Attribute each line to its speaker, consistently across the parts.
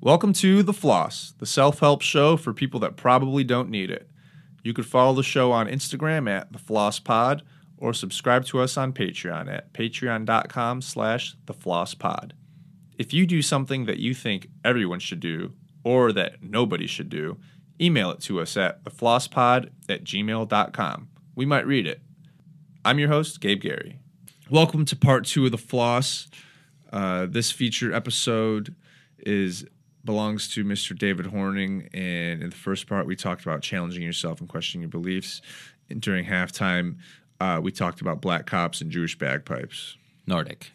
Speaker 1: Welcome to The Floss, the self help show for people that probably don't need it. You could follow the show on Instagram at The Floss Pod or subscribe to us on Patreon at patreon.com slash The Floss Pod. If you do something that you think everyone should do or that nobody should do, email it to us at theflosspod at gmail.com. We might read it. I'm your host, Gabe Gary. Welcome to part two of The Floss. Uh, this feature episode is belongs to Mr. David Horning, and in the first part, we talked about challenging yourself and questioning your beliefs. And during halftime, uh, we talked about black cops and Jewish bagpipes.
Speaker 2: Nordic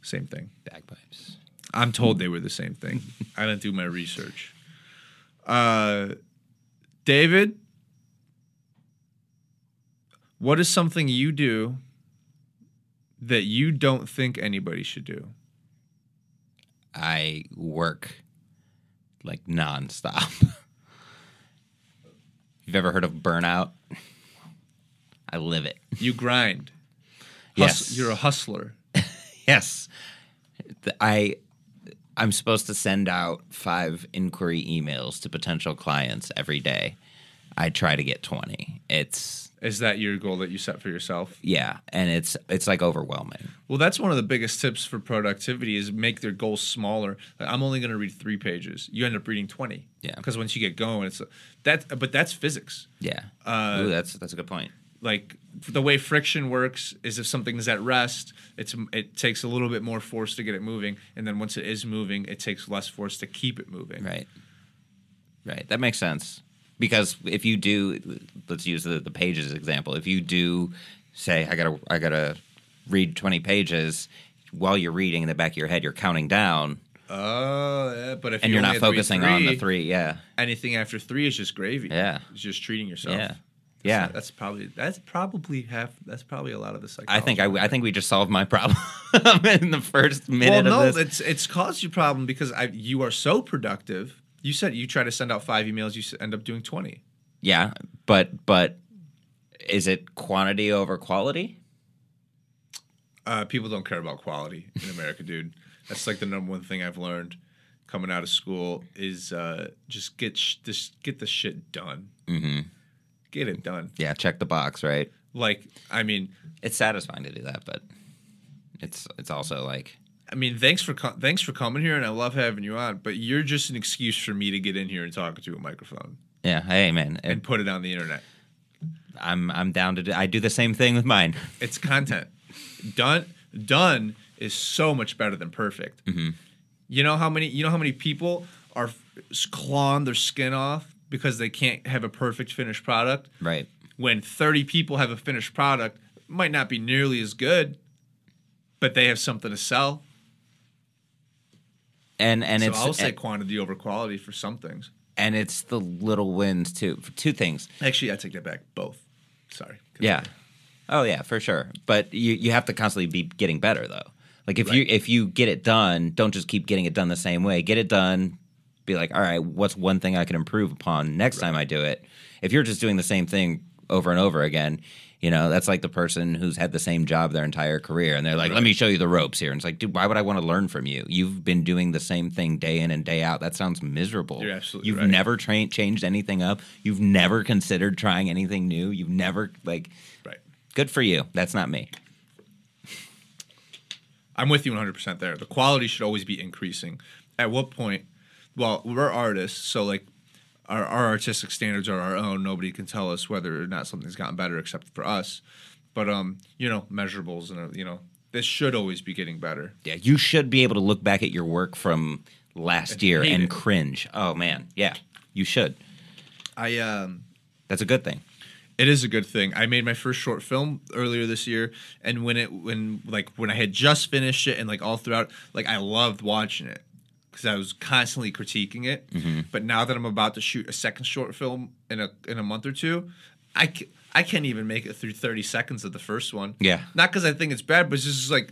Speaker 1: Same thing.
Speaker 2: bagpipes.
Speaker 1: I'm told they were the same thing. I didn't do my research. Uh, David, what is something you do that you don't think anybody should do?
Speaker 2: I work like nonstop. You've ever heard of burnout? I live it.
Speaker 1: You grind.
Speaker 2: Yes.
Speaker 1: Hus- you're a hustler.
Speaker 2: Yes. Th- I I'm supposed to send out 5 inquiry emails to potential clients every day. I try to get 20. It's
Speaker 1: Is that your goal that you set for yourself?
Speaker 2: yeah, and it's it's like overwhelming.
Speaker 1: Well, that's one of the biggest tips for productivity is make their goals smaller. Like, I'm only going to read three pages. You end up reading twenty.
Speaker 2: Yeah.
Speaker 1: Because once you get going, it's that. But that's physics.
Speaker 2: Yeah.
Speaker 1: Uh,
Speaker 2: Ooh, that's that's a good point.
Speaker 1: like the way friction works is if something's at rest, it's it takes a little bit more force to get it moving, and then once it is moving, it takes less force to keep it moving.
Speaker 2: Right. Right. That makes sense. Because if you do, let's use the, the pages example. If you do say, I gotta, I gotta read twenty pages, while you're reading in the back of your head, you're counting down,
Speaker 1: Oh, yeah, but if
Speaker 2: and
Speaker 1: you
Speaker 2: you're
Speaker 1: only
Speaker 2: not
Speaker 1: had three,
Speaker 2: focusing on the three. Yeah,
Speaker 1: anything after three is just gravy.
Speaker 2: Yeah.
Speaker 1: it's just treating yourself.
Speaker 2: Yeah.
Speaker 1: Oh. That's
Speaker 2: Yeah.
Speaker 1: not- that's probably that's probably half. That's probably a lot of the psychology.
Speaker 2: I think I, I think we just solved my problem in the first
Speaker 1: Well,
Speaker 2: minute
Speaker 1: no,
Speaker 2: of
Speaker 1: it's
Speaker 2: this.
Speaker 1: it's caused you problem because I you are so productive. You said you try to send out five emails, you s- end up doing twenty.
Speaker 2: Yeah, but but is it quantity over quality?
Speaker 1: Uh, people don't care about quality in America, dude. That's like the number one thing I've learned coming out of school is uh, just get sh- just get the shit done.
Speaker 2: Mm-hmm.
Speaker 1: Get it done.
Speaker 2: Yeah, check the box, right?
Speaker 1: Like I mean,
Speaker 2: It's satisfying to do that, but it's it's also like
Speaker 1: I mean, thanks for co- thanks for coming here, and I love having you on. But you're just an excuse for me to get in here and talk to a microphone
Speaker 2: Yeah. Hey, man.
Speaker 1: and put it on the internet.
Speaker 2: I'm I'm down to. Do, I do the same thing with mine.
Speaker 1: It's content. done done is so much better than perfect.
Speaker 2: Mm-hmm.
Speaker 1: You know how many you know how many people are f- clawing their skin off because they can't have a perfect finished product.
Speaker 2: Right.
Speaker 1: When 30 people have a finished product, it might not be nearly as good, but they have something to sell.
Speaker 2: And and
Speaker 1: so
Speaker 2: it's
Speaker 1: I'll say
Speaker 2: and,
Speaker 1: quantity over quality for some things.
Speaker 2: it's the little wins too. For two things.
Speaker 1: Actually, I take that back. Both. Sorry.
Speaker 2: Yeah. Oh yeah, for sure. But you you have to constantly be getting better though. Like if you if you get it done, don't just keep getting it done the same way. Get it done. Be like, all right, what's one thing I can improve upon next time I do it? If you're just doing the same thing over and over again, you know that's like the person who's had the same job their entire career, and they're like, "Let me show you the ropes here." And it's like, dude, why would I want to learn from you? You've been doing the same thing day in and day out. That sounds miserable.
Speaker 1: You're absolutely
Speaker 2: You've
Speaker 1: right.
Speaker 2: never tra- changed anything up. You've never considered trying anything new. You've never like
Speaker 1: Right.
Speaker 2: Good for you. That's not me.
Speaker 1: I'm with you 100% there. The quality should always be increasing. At what point? Well, we're artists, so like our, our artistic standards are our own. Nobody can tell us whether or not something's gotten better except for us. But um, you know, measurables and uh, you know, this should always be getting better.
Speaker 2: Yeah, you should be able to look back at your work from last year
Speaker 1: hate
Speaker 2: and
Speaker 1: it.
Speaker 2: cringe. Oh man, yeah, you should.
Speaker 1: I um
Speaker 2: That's a good thing.
Speaker 1: It is a good thing. I made my first short film earlier this year, and when it when like when I had just finished it and like all throughout, like I loved watching it because I was constantly critiquing it. But now that I'm about to shoot a second short film in a in a month or two, I c- I can't even make it through 30 seconds of the first one.
Speaker 2: Yeah.
Speaker 1: not because I think it's bad, but it's just like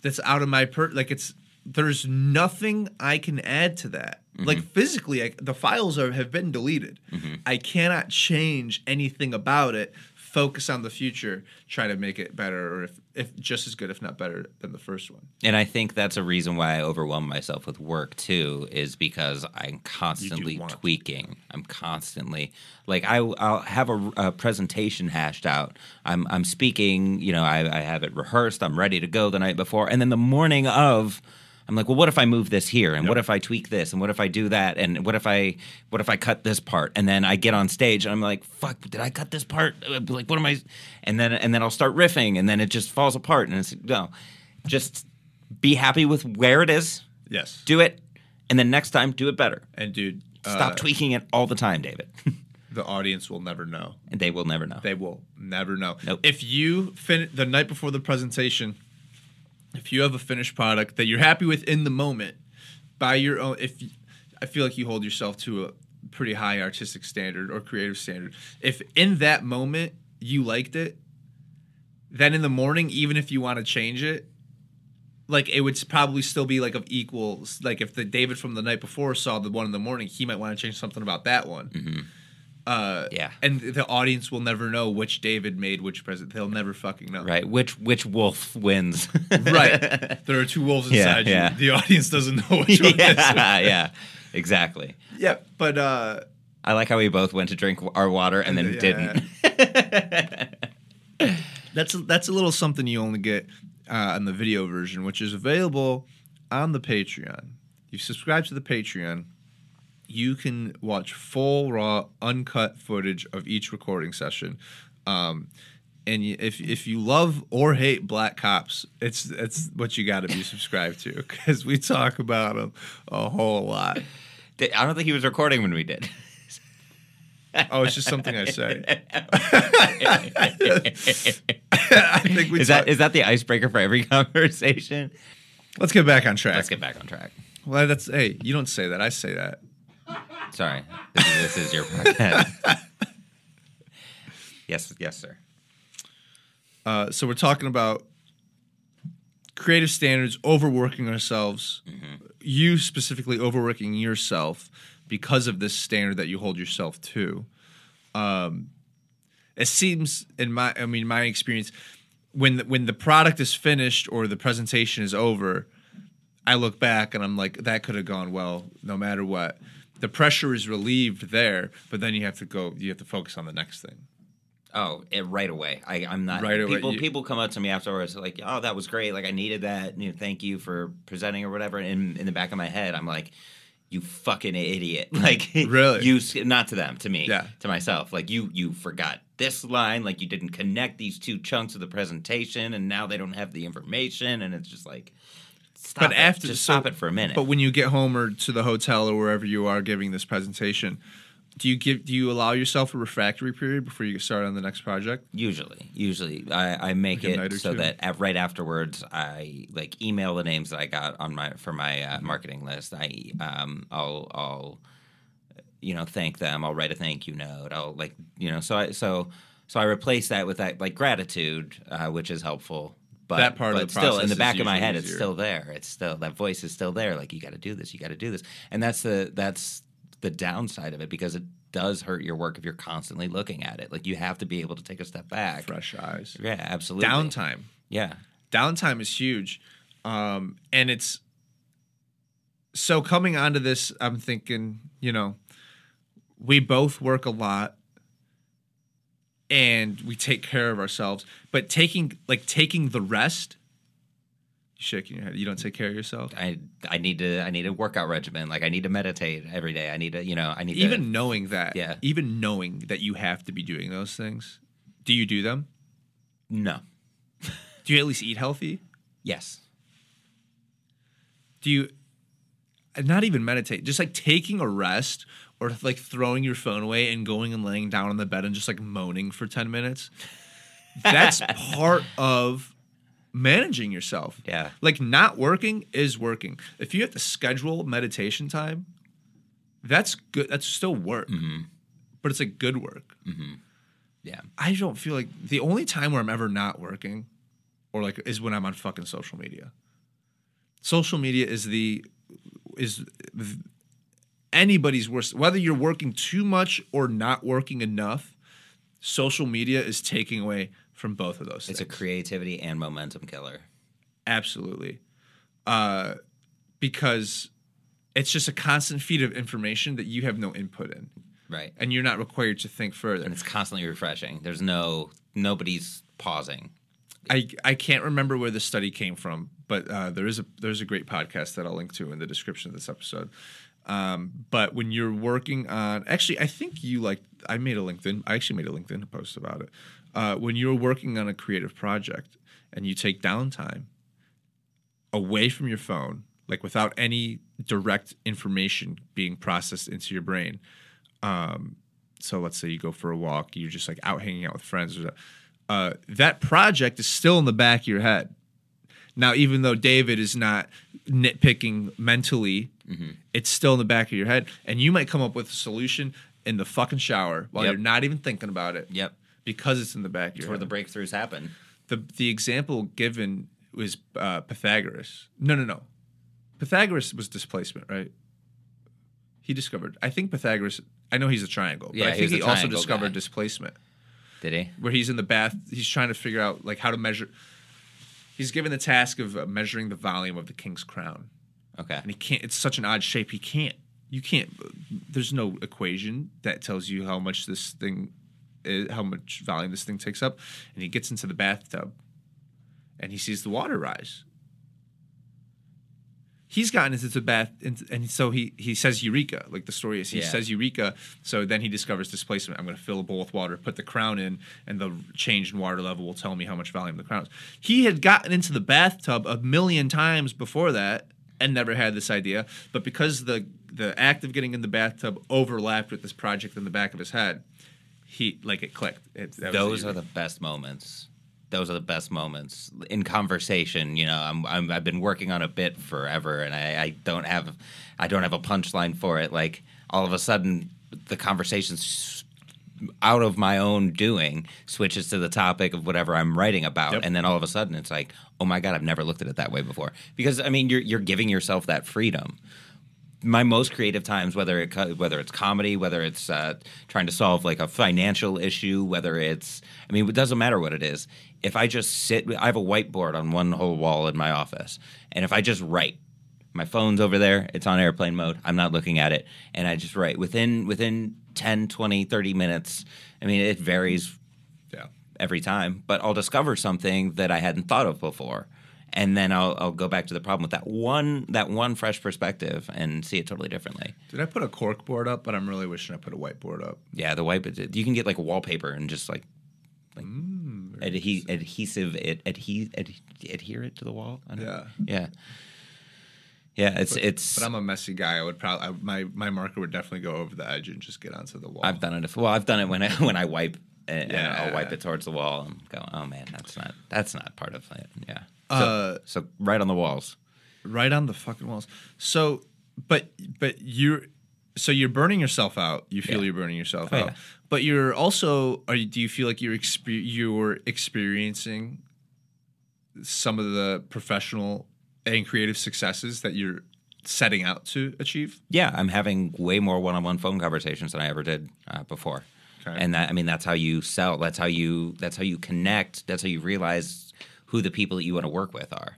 Speaker 1: that's out of my per like it's there's nothing I can add to that. Like physically, I, the files are have been deleted. I cannot change anything about it. focus on the future, try to make it better, or if if just as good, if not better, than the first one.
Speaker 2: And I think that's a reason why I overwhelm myself with work too, is because I'm constantly
Speaker 1: want.
Speaker 2: tweaking. I'm constantly like I, I'll have a, a presentation hashed out. I'm I'm speaking. You know, I, I have it rehearsed. I'm ready to go the night before, and then the morning of. I'm like, well, what if I move this here, and what if I tweak this, and what if I do that, and what if I, what if I cut this part, and then I get on stage and I'm like, fuck, did I cut this part? Uh, Like, what am I? And then, and then I'll start riffing, and then it just falls apart, and it's no, just be happy with where it is,
Speaker 1: Yes.
Speaker 2: do it, and then next time do it better.
Speaker 1: and dude,
Speaker 2: Stop
Speaker 1: uh,
Speaker 2: tweaking it all the time, David.
Speaker 1: the audience will never know.
Speaker 2: and they will never know.
Speaker 1: They will never know.
Speaker 2: Nope.
Speaker 1: If you fin the night before the presentation, if you have a finished product that you're happy with in the moment, by your own, if y- I feel like you hold yourself to a pretty high artistic standard or creative standard, if in that moment you liked it, then in the morning, even if you want to change it, like it would s- probably still be like of equals. Like if the David from the night before saw the one in the morning, he might want to change something about that one. Uh,
Speaker 2: yeah.
Speaker 1: and the audience will never know which David made which president. They'll never fucking know.
Speaker 2: Right. Which which wolf wins?
Speaker 1: Right. there are two wolves
Speaker 2: Yeah,
Speaker 1: inside you.
Speaker 2: yeah.
Speaker 1: The audience doesn't know which one it
Speaker 2: yeah. Yeah. Exactly.
Speaker 1: is. Yeah, but uh,
Speaker 2: I like how we both went to drink our water and then
Speaker 1: Yeah.
Speaker 2: didn't.
Speaker 1: that's that's a little something you only get uh, on the video version, which is available on the Patreon. You subscribe to the Patreon, you can watch full raw, uncut footage of each recording session. Um, and you, if if you love or hate black cops, it's it's what you got to be subscribed to because we talk about them a whole lot.
Speaker 2: Did- I don't think he was recording when we did.
Speaker 1: Oh, it's just something I say. I think we
Speaker 2: Is
Speaker 1: talk-
Speaker 2: that is that the icebreaker for every conversation?
Speaker 1: let's get back on track.
Speaker 2: Let's get back on track.
Speaker 1: well, that's hey, you don't say that. I say that.
Speaker 2: Sorry, this is, this is your podcast. yes, yes, sir.
Speaker 1: Uh, so we're talking about creative standards, overworking ourselves, you specifically overworking yourself because of this standard that you hold yourself to. Um, it seems in my, I mean, my experience, when the, when the product is finished or the presentation is over, I look back and I'm like, that could have gone well, no matter what. The pressure is relieved there, but then you have to go, you have to focus on the next thing.
Speaker 2: Oh, it, right away. I, I'm not.
Speaker 1: Right away,
Speaker 2: people,
Speaker 1: you-
Speaker 2: people come up to me afterwards like, "Oh, that was great. Like, I needed that. You know, thank you for presenting or whatever." And in, in the back of my head, I'm like, "You fucking idiot!" Like,
Speaker 1: Really?
Speaker 2: you s- not to them, to me,
Speaker 1: Yeah.
Speaker 2: to myself. Like, you you forgot this line. Like, you didn't connect these two chunks of the presentation, and now they don't have the information. And it's just like, stop.
Speaker 1: But
Speaker 2: it.
Speaker 1: after-
Speaker 2: just
Speaker 1: so-
Speaker 2: stop it for a minute.
Speaker 1: But when you get home or to the hotel or wherever you are giving this presentation, do you give do you allow yourself a refractory period before you get started on the next project?
Speaker 2: Usually, usually I, I make
Speaker 1: Like a night or
Speaker 2: it so
Speaker 1: two?
Speaker 2: that at, right afterwards I like email the names that I got on my for my
Speaker 1: Mm-hmm.
Speaker 2: uh, marketing list. I um I'll I'll you know thank them. I'll write a thank you note. I'll like you know so I so so I replace that with that like gratitude, uh, which is helpful. But
Speaker 1: That part of
Speaker 2: but
Speaker 1: the
Speaker 2: still
Speaker 1: process
Speaker 2: in the
Speaker 1: is
Speaker 2: back of my
Speaker 1: usually
Speaker 2: head, it's
Speaker 1: easier.
Speaker 2: still there. It's still that voice is still there. Like you got to do this. You got to do this. And that's the that's the downside of it because it does hurt your work if you're constantly looking at it. Like you have to be able to take a step back.
Speaker 1: Fresh eyes.
Speaker 2: Yeah, absolutely.
Speaker 1: Downtime.
Speaker 2: Yeah.
Speaker 1: Downtime is huge. Um, and it's so coming onto this, I'm thinking, you know, we both work a lot and we take care of ourselves, but taking like taking the rest, you're shaking your head, you don't take care of yourself.
Speaker 2: I I need to I need a workout regimen. Like I need to meditate every day. I need to you know I need
Speaker 1: even
Speaker 2: to,
Speaker 1: knowing that
Speaker 2: Yeah.
Speaker 1: even knowing that you have to be doing those things do you do them
Speaker 2: no.
Speaker 1: do you at least eat healthy
Speaker 2: Yes.
Speaker 1: do you and not even meditate just like taking a rest or like throwing your phone away and going and laying down on the bed and just like moaning for 10 minutes that's part of managing yourself
Speaker 2: Yeah.
Speaker 1: like not working is working if you have to schedule meditation time that's good that's still work
Speaker 2: Mm-hmm.
Speaker 1: but it's like good work
Speaker 2: Yeah.
Speaker 1: I don't feel like the only time where I'm ever not working or like is when I'm on fucking social media. Social media is the is th- anybody's worst whether you're working too much or not working enough. social media is taking away from both of those
Speaker 2: It's a
Speaker 1: things.
Speaker 2: creativity and momentum killer.
Speaker 1: Absolutely. Uh, because it's just a constant feed of information that you have no input in
Speaker 2: Right.
Speaker 1: and you're not required to think further.
Speaker 2: And it's constantly refreshing. There's no nobody's pausing.
Speaker 1: I, I can't remember where this study came from, but uh, there is a there's a great podcast that I'll link to in the description of this episode. Um, but when you're working on, actually, I think you like I made a LinkedIn. I actually made a LinkedIn post about it. Uh, when you're working on a creative project and you take downtime away from your phone, like without any direct information being processed into your brain. Um, so let's say you go for a walk, you're just like out hanging out with friends. Or, uh, that project is still in the back of your head. Now, even though David is not nitpicking mentally,
Speaker 2: Mm-hmm.
Speaker 1: it's still in the back of your head, and you might come up with a solution in the fucking shower while
Speaker 2: Yep.
Speaker 1: you're not even thinking about it.
Speaker 2: Yep.
Speaker 1: Because it's in the back of your
Speaker 2: It's where
Speaker 1: head
Speaker 2: the breakthroughs happen.
Speaker 1: the the example given was uh, Pythagoras. No, no, no. Pythagoras was displacement, right? He discovered. I think Pythagoras. I know he's a triangle,
Speaker 2: Yeah,
Speaker 1: but I
Speaker 2: he
Speaker 1: think
Speaker 2: was a
Speaker 1: he also
Speaker 2: triangle
Speaker 1: discovered
Speaker 2: guy.
Speaker 1: displacement,
Speaker 2: Did he?
Speaker 1: where he's in the bath. He's trying to figure out like how to measure. He's given the task of uh, measuring the volume of the king's crown,
Speaker 2: Okay.
Speaker 1: and he can't. It's such an odd shape. He can't. You can't. There's no equation that tells you how much this thing, is, how much volume this thing takes up. And he gets into the bathtub, and he sees the water rise. He's gotten into the bath, and, and so he he says Eureka, like the story is. He
Speaker 2: Yeah.
Speaker 1: says Eureka, so then he discovers displacement. I'm going to fill a bowl with water, put the crown in, and the change in water level will tell me how much volume the crown is. He had gotten into the bathtub a million times before that and never had this idea, but because the the act of getting in the bathtub overlapped with this project in the back of his head, he like it clicked. It, that was
Speaker 2: Those
Speaker 1: the
Speaker 2: are the best moments. Those are the best moments in conversation. You know, I'm, I'm I've been working on a bit forever, and I, I don't have I don't have a punchline for it. Like all of a sudden, the conversation's out of my own doing switches to the topic of whatever I'm writing about,
Speaker 1: Yep.
Speaker 2: and then all of a sudden it's like, oh my god, I've never looked at it that way before. Because I mean, you're you're giving yourself that freedom my most creative times, whether it co- whether it's comedy, whether it's uh, trying to solve like a financial issue, whether it's I mean, it doesn't matter what it is. If I just sit, I have a whiteboard on one whole wall in my office, and if I just write, my phone's over there, it's on airplane mode. I'm not looking at it, and I just write within within 10, 20, 30 minutes. I mean, it varies
Speaker 1: yeah.
Speaker 2: every time, but I'll discover something that I hadn't thought of before. And then I'll, I'll go back to the problem with that one that one fresh perspective and see it totally differently.
Speaker 1: Did I put a cork board up? But I'm really wishing I put a whiteboard up.
Speaker 2: Yeah, the white you can get like wallpaper and just like like
Speaker 1: Mm,
Speaker 2: adhe- adhesive it adhe- ad- adhere it to the wall. I don't know. yeah, yeah. It's it's.
Speaker 1: But I'm a messy guy. I would probably I, my my marker would definitely go over the edge and just get onto the wall.
Speaker 2: I've done it. if- Well, I've done it when I when I wipe and, and I'll
Speaker 1: Yeah.
Speaker 2: wipe it towards the wall and go. Oh man, that's not that's not part of it. Yeah. So,
Speaker 1: Uh,
Speaker 2: so right on the walls.
Speaker 1: right on the fucking walls. So, but but you're so you're burning yourself out. You feel
Speaker 2: Yeah.
Speaker 1: you're burning yourself
Speaker 2: Oh,
Speaker 1: out.
Speaker 2: yeah.
Speaker 1: But you're also are you, do you feel like you're exper- you're experiencing some of the professional and creative successes that you're setting out to achieve?
Speaker 2: yeah, I'm having way more one-on-one phone conversations than I ever did uh, before.
Speaker 1: Okay.
Speaker 2: And that I mean, that's how you sell. That's how you. That's how you connect. That's how you realize who the people that you want to work with are.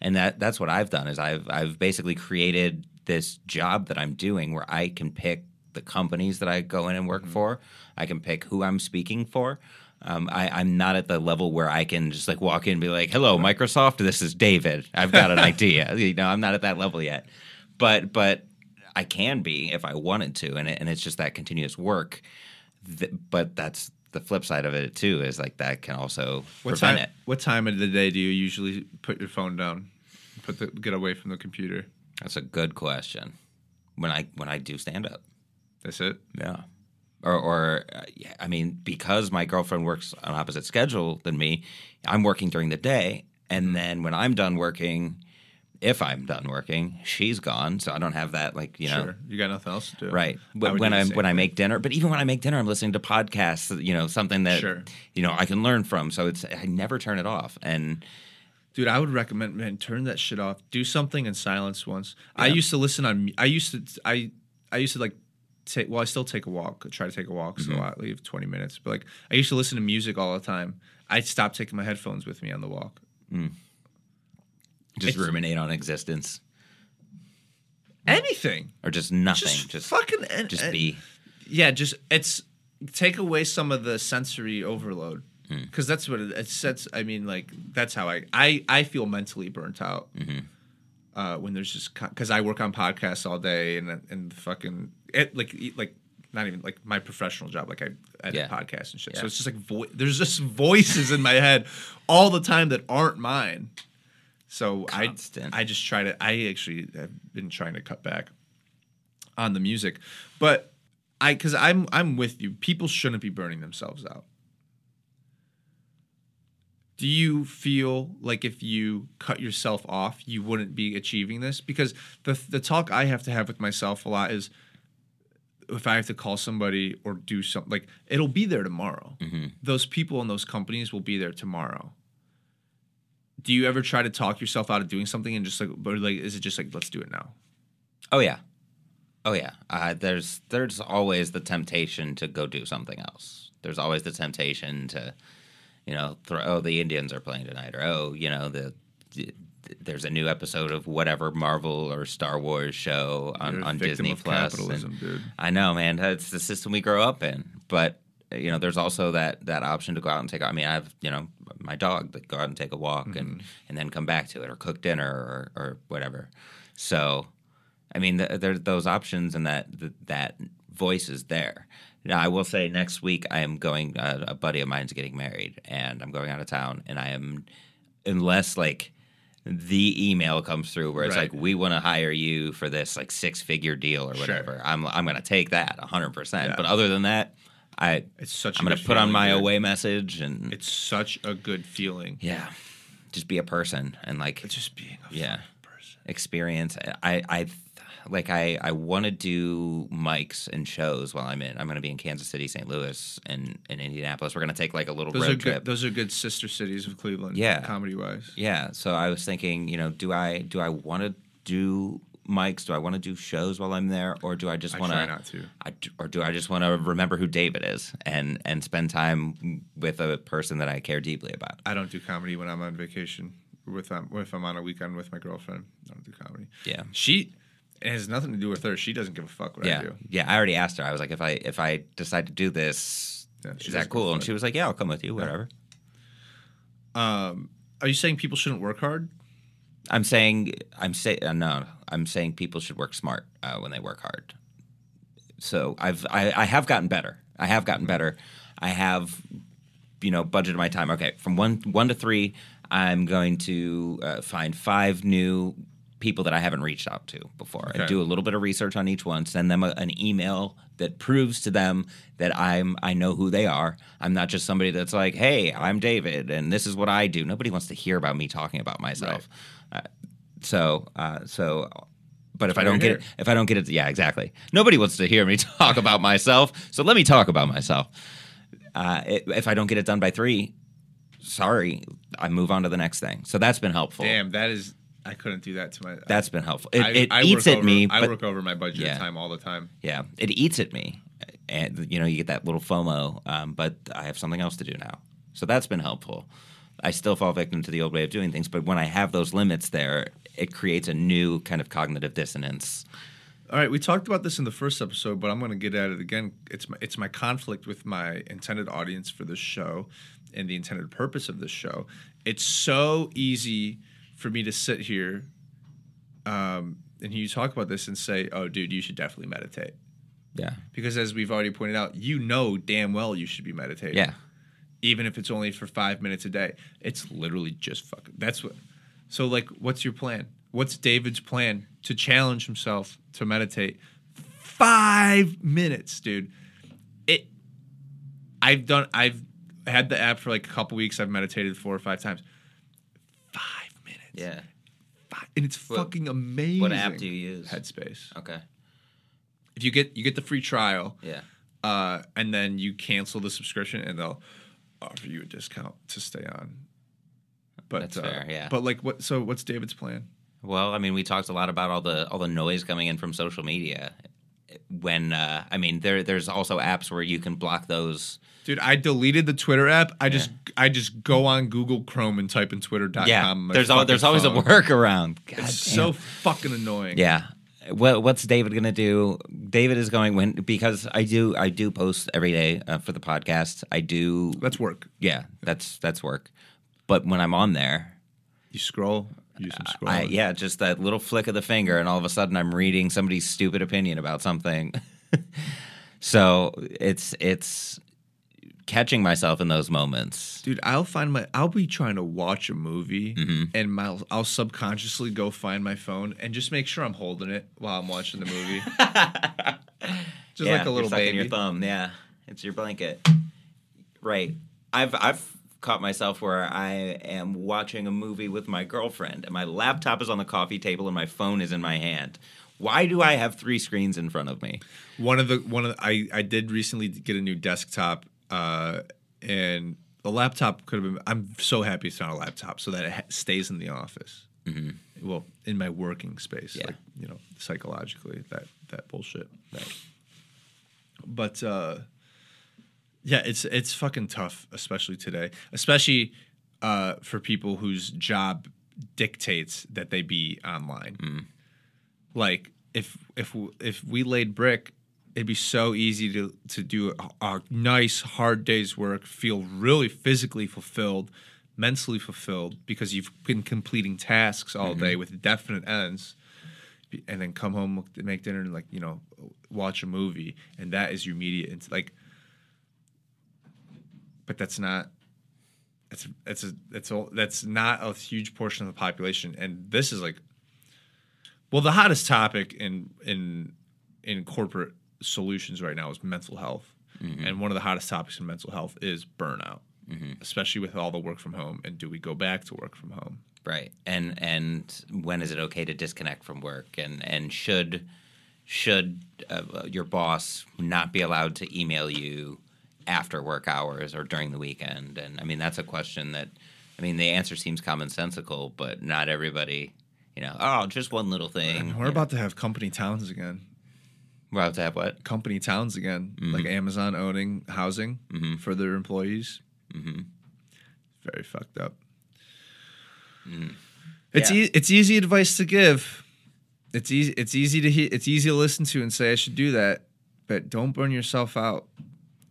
Speaker 2: And that that's what I've done is I've I've basically created this job that I'm doing where I can pick the companies that I go in and work for. I can pick who I'm speaking for. Um, I, I'm not at the level where I can just like walk in and be like, "Hello, Microsoft. This is David. I've got an idea." You know, I'm not at that level yet. But but I can be if I wanted to, and it, and it's just that continuous work. Th- but that's the flip side of it too. Is like that can also
Speaker 1: What time?
Speaker 2: prevent it.
Speaker 1: What time of the day do you usually put your phone down? Put the get away from the computer.
Speaker 2: That's a good question. When I when I do stand up,
Speaker 1: That's it.
Speaker 2: yeah, or or uh, yeah, I mean because my girlfriend works on opposite schedule than me, I'm working during the day, and then when I'm done working, if I'm done working, she's gone, so I don't have that like you know
Speaker 1: Sure. You got nothing else to do.
Speaker 2: Right.
Speaker 1: I would
Speaker 2: When, when
Speaker 1: do the
Speaker 2: I
Speaker 1: same
Speaker 2: when I
Speaker 1: thing.
Speaker 2: make dinner, but even when I make dinner, I'm listening to podcasts. You know, something that
Speaker 1: Sure.
Speaker 2: you know I can learn from. So it's I never turn it off. And
Speaker 1: Dude, I would recommend man turn that shit off. Do something in silence once. I used to listen on I used to I I used to like take well, I still take a walk. I try to take a walk
Speaker 2: Mm-hmm.
Speaker 1: so I leave twenty minutes. But like I used to listen to music all the time. I stopped taking my headphones with me on the walk.
Speaker 2: Just
Speaker 1: It's-
Speaker 2: ruminate on existence
Speaker 1: Anything,
Speaker 2: or just nothing.
Speaker 1: just,
Speaker 2: Just
Speaker 1: fucking an-
Speaker 2: just
Speaker 1: an-
Speaker 2: be.
Speaker 1: Yeah, just it's take away some of the sensory overload
Speaker 2: Hmm.
Speaker 1: because that's what it, it sets. I mean, like that's how I I I feel mentally burnt out
Speaker 2: Mm-hmm.
Speaker 1: uh, when there's just because I work on podcasts all day and and fucking it like e- like not even like my professional job like I edit
Speaker 2: Yeah.
Speaker 1: podcasts and shit.
Speaker 2: Yeah.
Speaker 1: So it's just like vo- there's just voices in my head all the time that aren't mine. So
Speaker 2: Constant.
Speaker 1: I I just try to I actually have been trying to cut back on the music, but I because I'm I'm with you. People shouldn't be burning themselves out. Do you feel like if you cut yourself off, you wouldn't be achieving this? Because the the talk I have to have with myself a lot is if I have to call somebody or do something, like it'll be there tomorrow. Those people in those companies will be there tomorrow. Do you ever try to talk yourself out of doing something and just like, but like, is it just like, let's do it now?
Speaker 2: Oh yeah, oh yeah. Uh, there's there's always the temptation to go do something else. There's always the temptation to, you know, throw. Oh, the Indians are playing tonight, or oh, you know, the, the- there's a new episode of whatever Marvel or Star Wars show on,
Speaker 1: You're a
Speaker 2: on
Speaker 1: victim
Speaker 2: Disney
Speaker 1: of
Speaker 2: Plus. and-
Speaker 1: capitalism, dude.
Speaker 2: I know, man. That's the system we grow up in. But you know, there's also that that option to go out and take. I mean, I have you know my dog that go out and take a walk
Speaker 1: Mm-hmm.
Speaker 2: and and then come back to it or cook dinner or or whatever. So, I mean, th- there's those options and that th- that voice is there. Now, I will say, next week I am going. Uh, a buddy of mine's getting married, and I'm going out of town, and I am unless like the email comes through where it's
Speaker 1: Right.
Speaker 2: like we want to hire you for this like six figure deal or whatever i'm i'm going to take that 100% but other than that i
Speaker 1: It's such.
Speaker 2: i'm
Speaker 1: a
Speaker 2: going to
Speaker 1: good
Speaker 2: put on
Speaker 1: feeling,
Speaker 2: my
Speaker 1: dude.
Speaker 2: away message and
Speaker 1: It's such a good feeling.
Speaker 2: yeah just be a person and like
Speaker 1: It's just being a
Speaker 2: Yeah.
Speaker 1: fucking person.
Speaker 2: experience. I, I, like I, I want to do mics and shows while I'm in. I'm going to be in Kansas City, St. Louis, and in Indianapolis. We're going to take like a little
Speaker 1: Those
Speaker 2: road
Speaker 1: are
Speaker 2: trip.
Speaker 1: good. Those are good sister cities of Cleveland.
Speaker 2: Yeah.
Speaker 1: comedy wise.
Speaker 2: Yeah. So I was thinking, you know, do I do I want to do mics? Do I want to do shows while I'm there, or do I just
Speaker 1: I
Speaker 2: want
Speaker 1: try not to.
Speaker 2: I, d- or do I just want to remember who David is and and spend time with a person that I care deeply about?
Speaker 1: I don't do comedy when I'm on vacation. With um, if I'm on a weekend with my girlfriend, I don't do comedy.
Speaker 2: Yeah.
Speaker 1: she. It has nothing to do with her. She doesn't give a fuck what
Speaker 2: yeah.
Speaker 1: I do.
Speaker 2: Yeah. I already asked her. I was like, if I if I decide to do this,
Speaker 1: Yeah, she
Speaker 2: is
Speaker 1: doesn't
Speaker 2: that cool?
Speaker 1: give a
Speaker 2: And
Speaker 1: fuck.
Speaker 2: she was like, Yeah, I'll come with you. Whatever.
Speaker 1: Um, are you saying people shouldn't work hard?
Speaker 2: I'm saying I'm say uh, no. I'm saying people should work smart uh, when they work hard. So I've I, I have gotten better. I have gotten better. I have you know budgeted my time. Okay, from one one to three, I'm going to uh, find five new people that I haven't reached out to before and
Speaker 1: Okay.
Speaker 2: do a little bit of research on each one. Send them a, an email that proves to them that I'm I know who they are. I'm not just somebody that's like, hey, I'm David and this is what I do. Nobody wants to hear about me talking about myself. Uh, so uh, so but if I
Speaker 1: why
Speaker 2: don't
Speaker 1: you're
Speaker 2: get it,
Speaker 1: here.
Speaker 2: if I don't get it, yeah, exactly. Nobody wants to hear me talk about myself, so let me talk about myself. Uh, i if I don't get it done by three, sorry, I move on to the next thing. So that's been helpful.
Speaker 1: Damn, that is. I couldn't do that to my.
Speaker 2: That's been helpful. Oh. It,
Speaker 1: I,
Speaker 2: it
Speaker 1: I
Speaker 2: eats
Speaker 1: work
Speaker 2: at
Speaker 1: over,
Speaker 2: me,
Speaker 1: I
Speaker 2: but
Speaker 1: work over my budget
Speaker 2: Yeah.
Speaker 1: time all the time.
Speaker 2: yeah, it eats at me, and you know you get that little FOMO. Um, but I have something else to do now, so that's been helpful. I still fall victim to the old way of doing things, but when I have those limits there, it creates a new kind of cognitive dissonance.
Speaker 1: All right, we talked about this in the first episode, but I'm going to get at it again. It's my, it's my conflict with my intended audience for this show and the intended purpose of this show. It's so easy for me to sit here um, and you talk about this and say, "Oh, dude, you should definitely meditate,"
Speaker 2: Yeah,
Speaker 1: because as we've already pointed out, you know damn well you should be meditating.
Speaker 2: yeah.
Speaker 1: even if it's only for five minutes a day. It's literally just fucking. That's what. So like, what's your plan? What's David's plan to challenge himself to meditate? Five minutes, dude. It. I've done. I've had the app for like a couple weeks. I've meditated four or five times. Five minutes.
Speaker 2: Yeah.
Speaker 1: Fi- and it's
Speaker 2: What-
Speaker 1: fucking amazing.
Speaker 2: What app do you use?
Speaker 1: Headspace.
Speaker 2: Okay.
Speaker 1: If you get you get the free trial,
Speaker 2: Yeah.
Speaker 1: uh, and then you cancel the subscription and they'll offer you a discount to stay on. But
Speaker 2: That's
Speaker 1: uh,
Speaker 2: fair, yeah.
Speaker 1: But like, what? So what's David's plan?
Speaker 2: Well, I mean, we talked a lot about all the all the noise coming in from social media. when uh, I mean there there's also apps where you can block those.
Speaker 1: Dude, I deleted the Twitter app. I just I just go on Google Chrome and type in twitter.com.
Speaker 2: Yeah,
Speaker 1: on my
Speaker 2: there's
Speaker 1: Um,
Speaker 2: al-
Speaker 1: fucking
Speaker 2: there's always
Speaker 1: phone.
Speaker 2: a workaround. God
Speaker 1: It's
Speaker 2: damn.
Speaker 1: so fucking annoying.
Speaker 2: Yeah. What what's David gonna do? David is going when because I do I do post every day uh, for the podcast. I do.
Speaker 1: That's work.
Speaker 2: yeah, that's that's work. But when I'm on there,
Speaker 1: You scroll, you do some scrolling.
Speaker 2: Uh, I, yeah, just that little flick of the finger, and all of a sudden I'm reading somebody's stupid opinion about something. so it's it's catching myself in those moments.
Speaker 1: Dude, I'll find my. I'll be trying to watch a movie,
Speaker 2: Mm-hmm.
Speaker 1: and my, I'll subconsciously go find my phone and just make sure I'm holding it while I'm watching the movie. just
Speaker 2: Yeah,
Speaker 1: like a
Speaker 2: you're
Speaker 1: little
Speaker 2: stuck in
Speaker 1: baby.
Speaker 2: your thumb, yeah, it's your blanket. Right. I've I've caught myself where I am watching a movie with my girlfriend, and my laptop is on the coffee table, and my phone is in my hand. Why do I have three screens in front of me?
Speaker 1: one of the one of the, I I did recently get a new desktop, uh, and the laptop could have been. I'm so happy it's not a laptop, so that it ha- stays in the office. Mm-hmm. Well, in my working space,
Speaker 2: Yeah.
Speaker 1: like you know, psychologically, that that bullshit. That. But uh, yeah, it's it's fucking tough, especially today, especially uh, for people whose job dictates that they be online like if if w- if we laid brick it'd be so easy to to do a, a nice hard day's work feel really physically fulfilled mentally fulfilled because you've been completing tasks all day with definite ends be- and then come home look- make dinner and like you know watch a movie and that is your media it's like but that's not that's that's a, that's all that's not a huge portion of the population and this is like well, the hottest topic in in in corporate solutions right now is mental health, and one of the hottest topics in mental health is burnout, especially with all the work from home. And do we go back to work from home?
Speaker 2: Right. And and when is it okay to disconnect from work? And and should should uh, your boss not be allowed to email you after work hours or during the weekend? And I mean that's a question that I mean the answer seems commonsensical, but not everybody, you know, oh, just one little thing.
Speaker 1: And we're
Speaker 2: you
Speaker 1: about to have company towns again.
Speaker 2: know. we're about to have what?
Speaker 1: Company towns again,
Speaker 2: Mm-hmm.
Speaker 1: like Amazon owning housing for their employees.
Speaker 2: Mm-hmm.
Speaker 1: Very fucked up. It's
Speaker 2: Mm-hmm. Yeah.
Speaker 1: ea- it's easy advice to give. It's easy it's easy to hear, it's easy to listen to and say I should do that, but don't burn yourself out.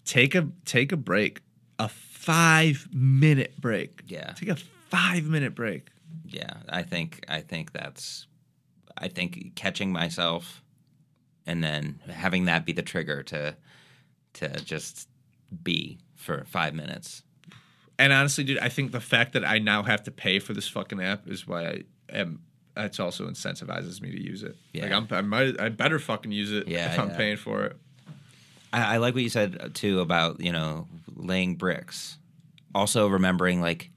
Speaker 1: Take a take a break, a five minute break.
Speaker 2: Yeah.
Speaker 1: take a five minute break.
Speaker 2: Yeah, I think I think that's I think catching myself and then having that be the trigger to to just be for 5 minutes.
Speaker 1: And honestly, dude, I think the fact that I now have to pay for this fucking app is why I am. It's also incentivizes me to use it.
Speaker 2: Yeah.
Speaker 1: Like I'm, I might, I better fucking use it
Speaker 2: Yeah,
Speaker 1: if I'm
Speaker 2: yeah.
Speaker 1: paying for it.
Speaker 2: I, I like what you said uh, too about, you know, laying bricks. Also remembering like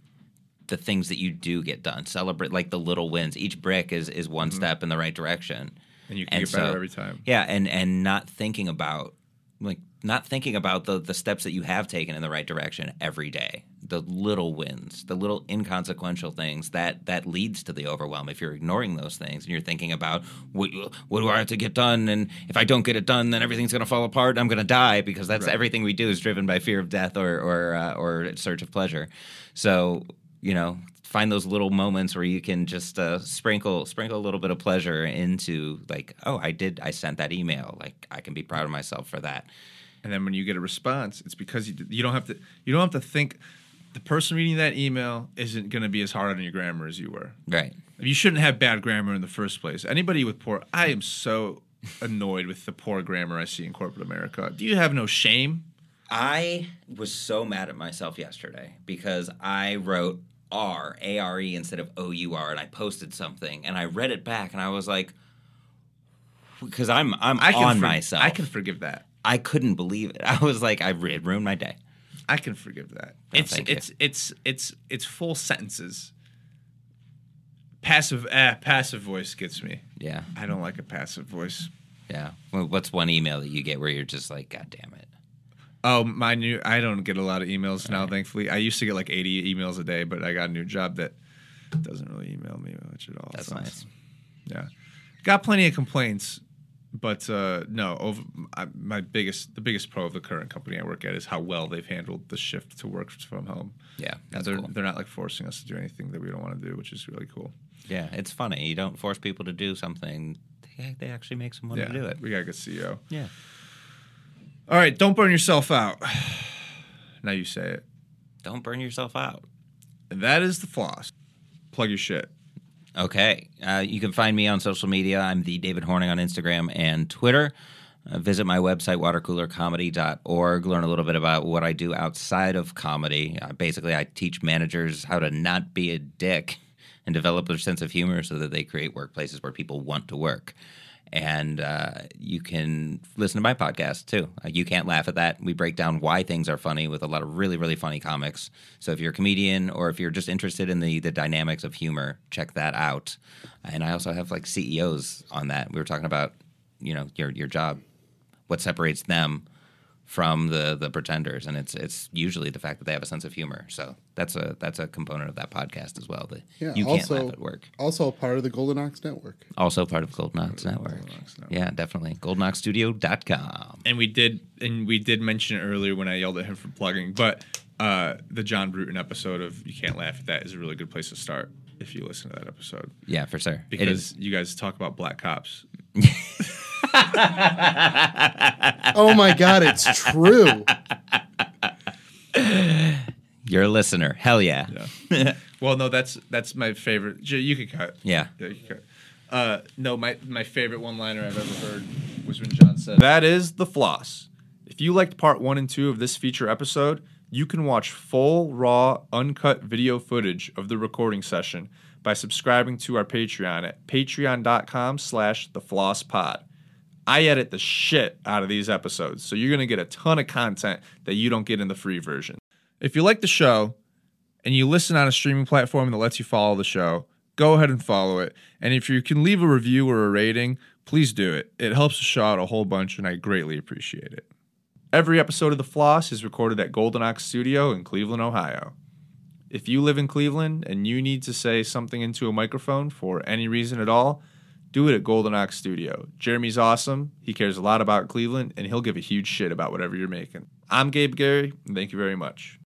Speaker 2: the things that you do get done. Celebrate like the little wins. Each brick is is one step in the right direction.
Speaker 1: And you can get better every time.
Speaker 2: Yeah, and and not thinking about like not thinking about the the steps that you have taken in the right direction every day. The little wins, the little inconsequential things that that leads to the overwhelm. If you're ignoring those things and you're thinking about what what do I have to get done, and if I don't get it done, then everything's gonna fall apart. and I'm gonna die because that's everything we do is driven by fear of death or or uh, or search of pleasure. So you know find those little moments where you can just uh, sprinkle sprinkle a little bit of pleasure into like oh i did i sent that email like i can be proud of myself for that
Speaker 1: And then when you get a response, it's because you, d- you don't have to. You don't have to think. The person reading that email isn't going to be as hard on your grammar as you were.
Speaker 2: right
Speaker 1: You shouldn't have bad grammar in the first place. Anybody with poor, I am so annoyed with the poor grammar I see in corporate America. Do you have no shame?
Speaker 2: i was so mad at myself yesterday because i wrote r a r e instead of o u r and i posted something and i read it back and i was like because i'm i'm
Speaker 1: I
Speaker 2: on
Speaker 1: for-
Speaker 2: myself
Speaker 1: I can forgive that.
Speaker 2: I couldn't believe it i was like i it ruined my day
Speaker 1: I can forgive that.
Speaker 2: No,
Speaker 1: it's
Speaker 2: thank you.
Speaker 1: it's it's it's it's full sentences. Passive eh, passive voice gets me.
Speaker 2: yeah
Speaker 1: I don't like a passive voice.
Speaker 2: yeah Well, what's one email that you get where you're just like god damn it
Speaker 1: Oh, my new I don't get a lot of emails now, thankfully. I used to get like 80 emails a day, but I got a new job that doesn't really email me much at all.
Speaker 2: that's
Speaker 1: so-
Speaker 2: nice
Speaker 1: Yeah. Got plenty of complaints but uh, no, over, I, my biggest the biggest pro of the current company I work at is how well they've handled the shift to work from home.
Speaker 2: Yeah,
Speaker 1: And
Speaker 2: that's
Speaker 1: they're
Speaker 2: cool.
Speaker 1: they're not like forcing us to do anything that we don't want to do, which is really cool.
Speaker 2: Yeah, it's funny. You don't force people to do something; they, they actually make someone
Speaker 1: yeah,
Speaker 2: to do it.
Speaker 1: we got a good CEO.
Speaker 2: Yeah.
Speaker 1: All right, don't burn yourself out. now you say it.
Speaker 2: Don't burn yourself out.
Speaker 1: And that is the floss. Plug your shit.
Speaker 2: Okay. Uh, you can find me on social media. I'm the David Horning on Instagram and Twitter. Uh, visit my website, watercoolercomedy.org. Learn a little bit about what I do outside of comedy. Uh, basically, I teach managers how to not be a dick and develop their sense of humor so that they create workplaces where people want to work. And uh, you can listen to my podcast too. Uh, you can't laugh at that. We break down why things are funny with a lot of really, really funny comics. So if you're a comedian or if you're just interested in the the dynamics of humor, check that out. And I also have like CEOs on that. We were talking about you know your your job, what separates them from the the pretenders, and it's it's usually the fact that they have a sense of humor. So that's a that's a component of that podcast as well. The,
Speaker 3: Yeah,
Speaker 2: you can't
Speaker 3: also-
Speaker 2: laugh at work
Speaker 3: Also a part of the Golden Ox Network.
Speaker 2: also part of Gold Knox Network. Yeah, definitely. GoldKnoxStudio.com.
Speaker 1: And we did, and we did mention it earlier when I yelled at him for plugging, but uh, the John Bruton episode of "You Can't Laugh at That" is a really good place to start if you listen to that episode
Speaker 2: Yeah, for sure. it
Speaker 1: because
Speaker 2: is.
Speaker 1: you guys talk about black cops.
Speaker 3: Oh my God, it's true.
Speaker 2: You're a listener. Hell yeah. Yeah.
Speaker 1: Yeah. well, no, that's that's my favorite. J- You can cut. Yeah, you can cut. Uh, no, my my favorite one liner I've ever heard was when John said, "That is the floss." If you liked part one and two of this feature episode, you can watch full, raw, uncut video footage of the recording session by subscribing to our Patreon at patreon.com slash the floss pod. I edit the shit out of these episodes, so you're going to get a ton of content that you don't get in the free version. If you like the show, and you listen on a streaming platform that lets you follow the show, go ahead and follow it. And if you can leave a review or a rating, please do it. It helps the show out a whole bunch, and I greatly appreciate it. Every episode of The Floss is recorded at Golden Ox Studio in Cleveland, Ohio. If you live in Cleveland and you need to say something into a microphone for any reason at all, do it at Golden Ox Studio. Jeremy's awesome. He cares a lot about Cleveland, and he'll give a huge shit about whatever you're making. I'm Gabe Gary, and thank you very much.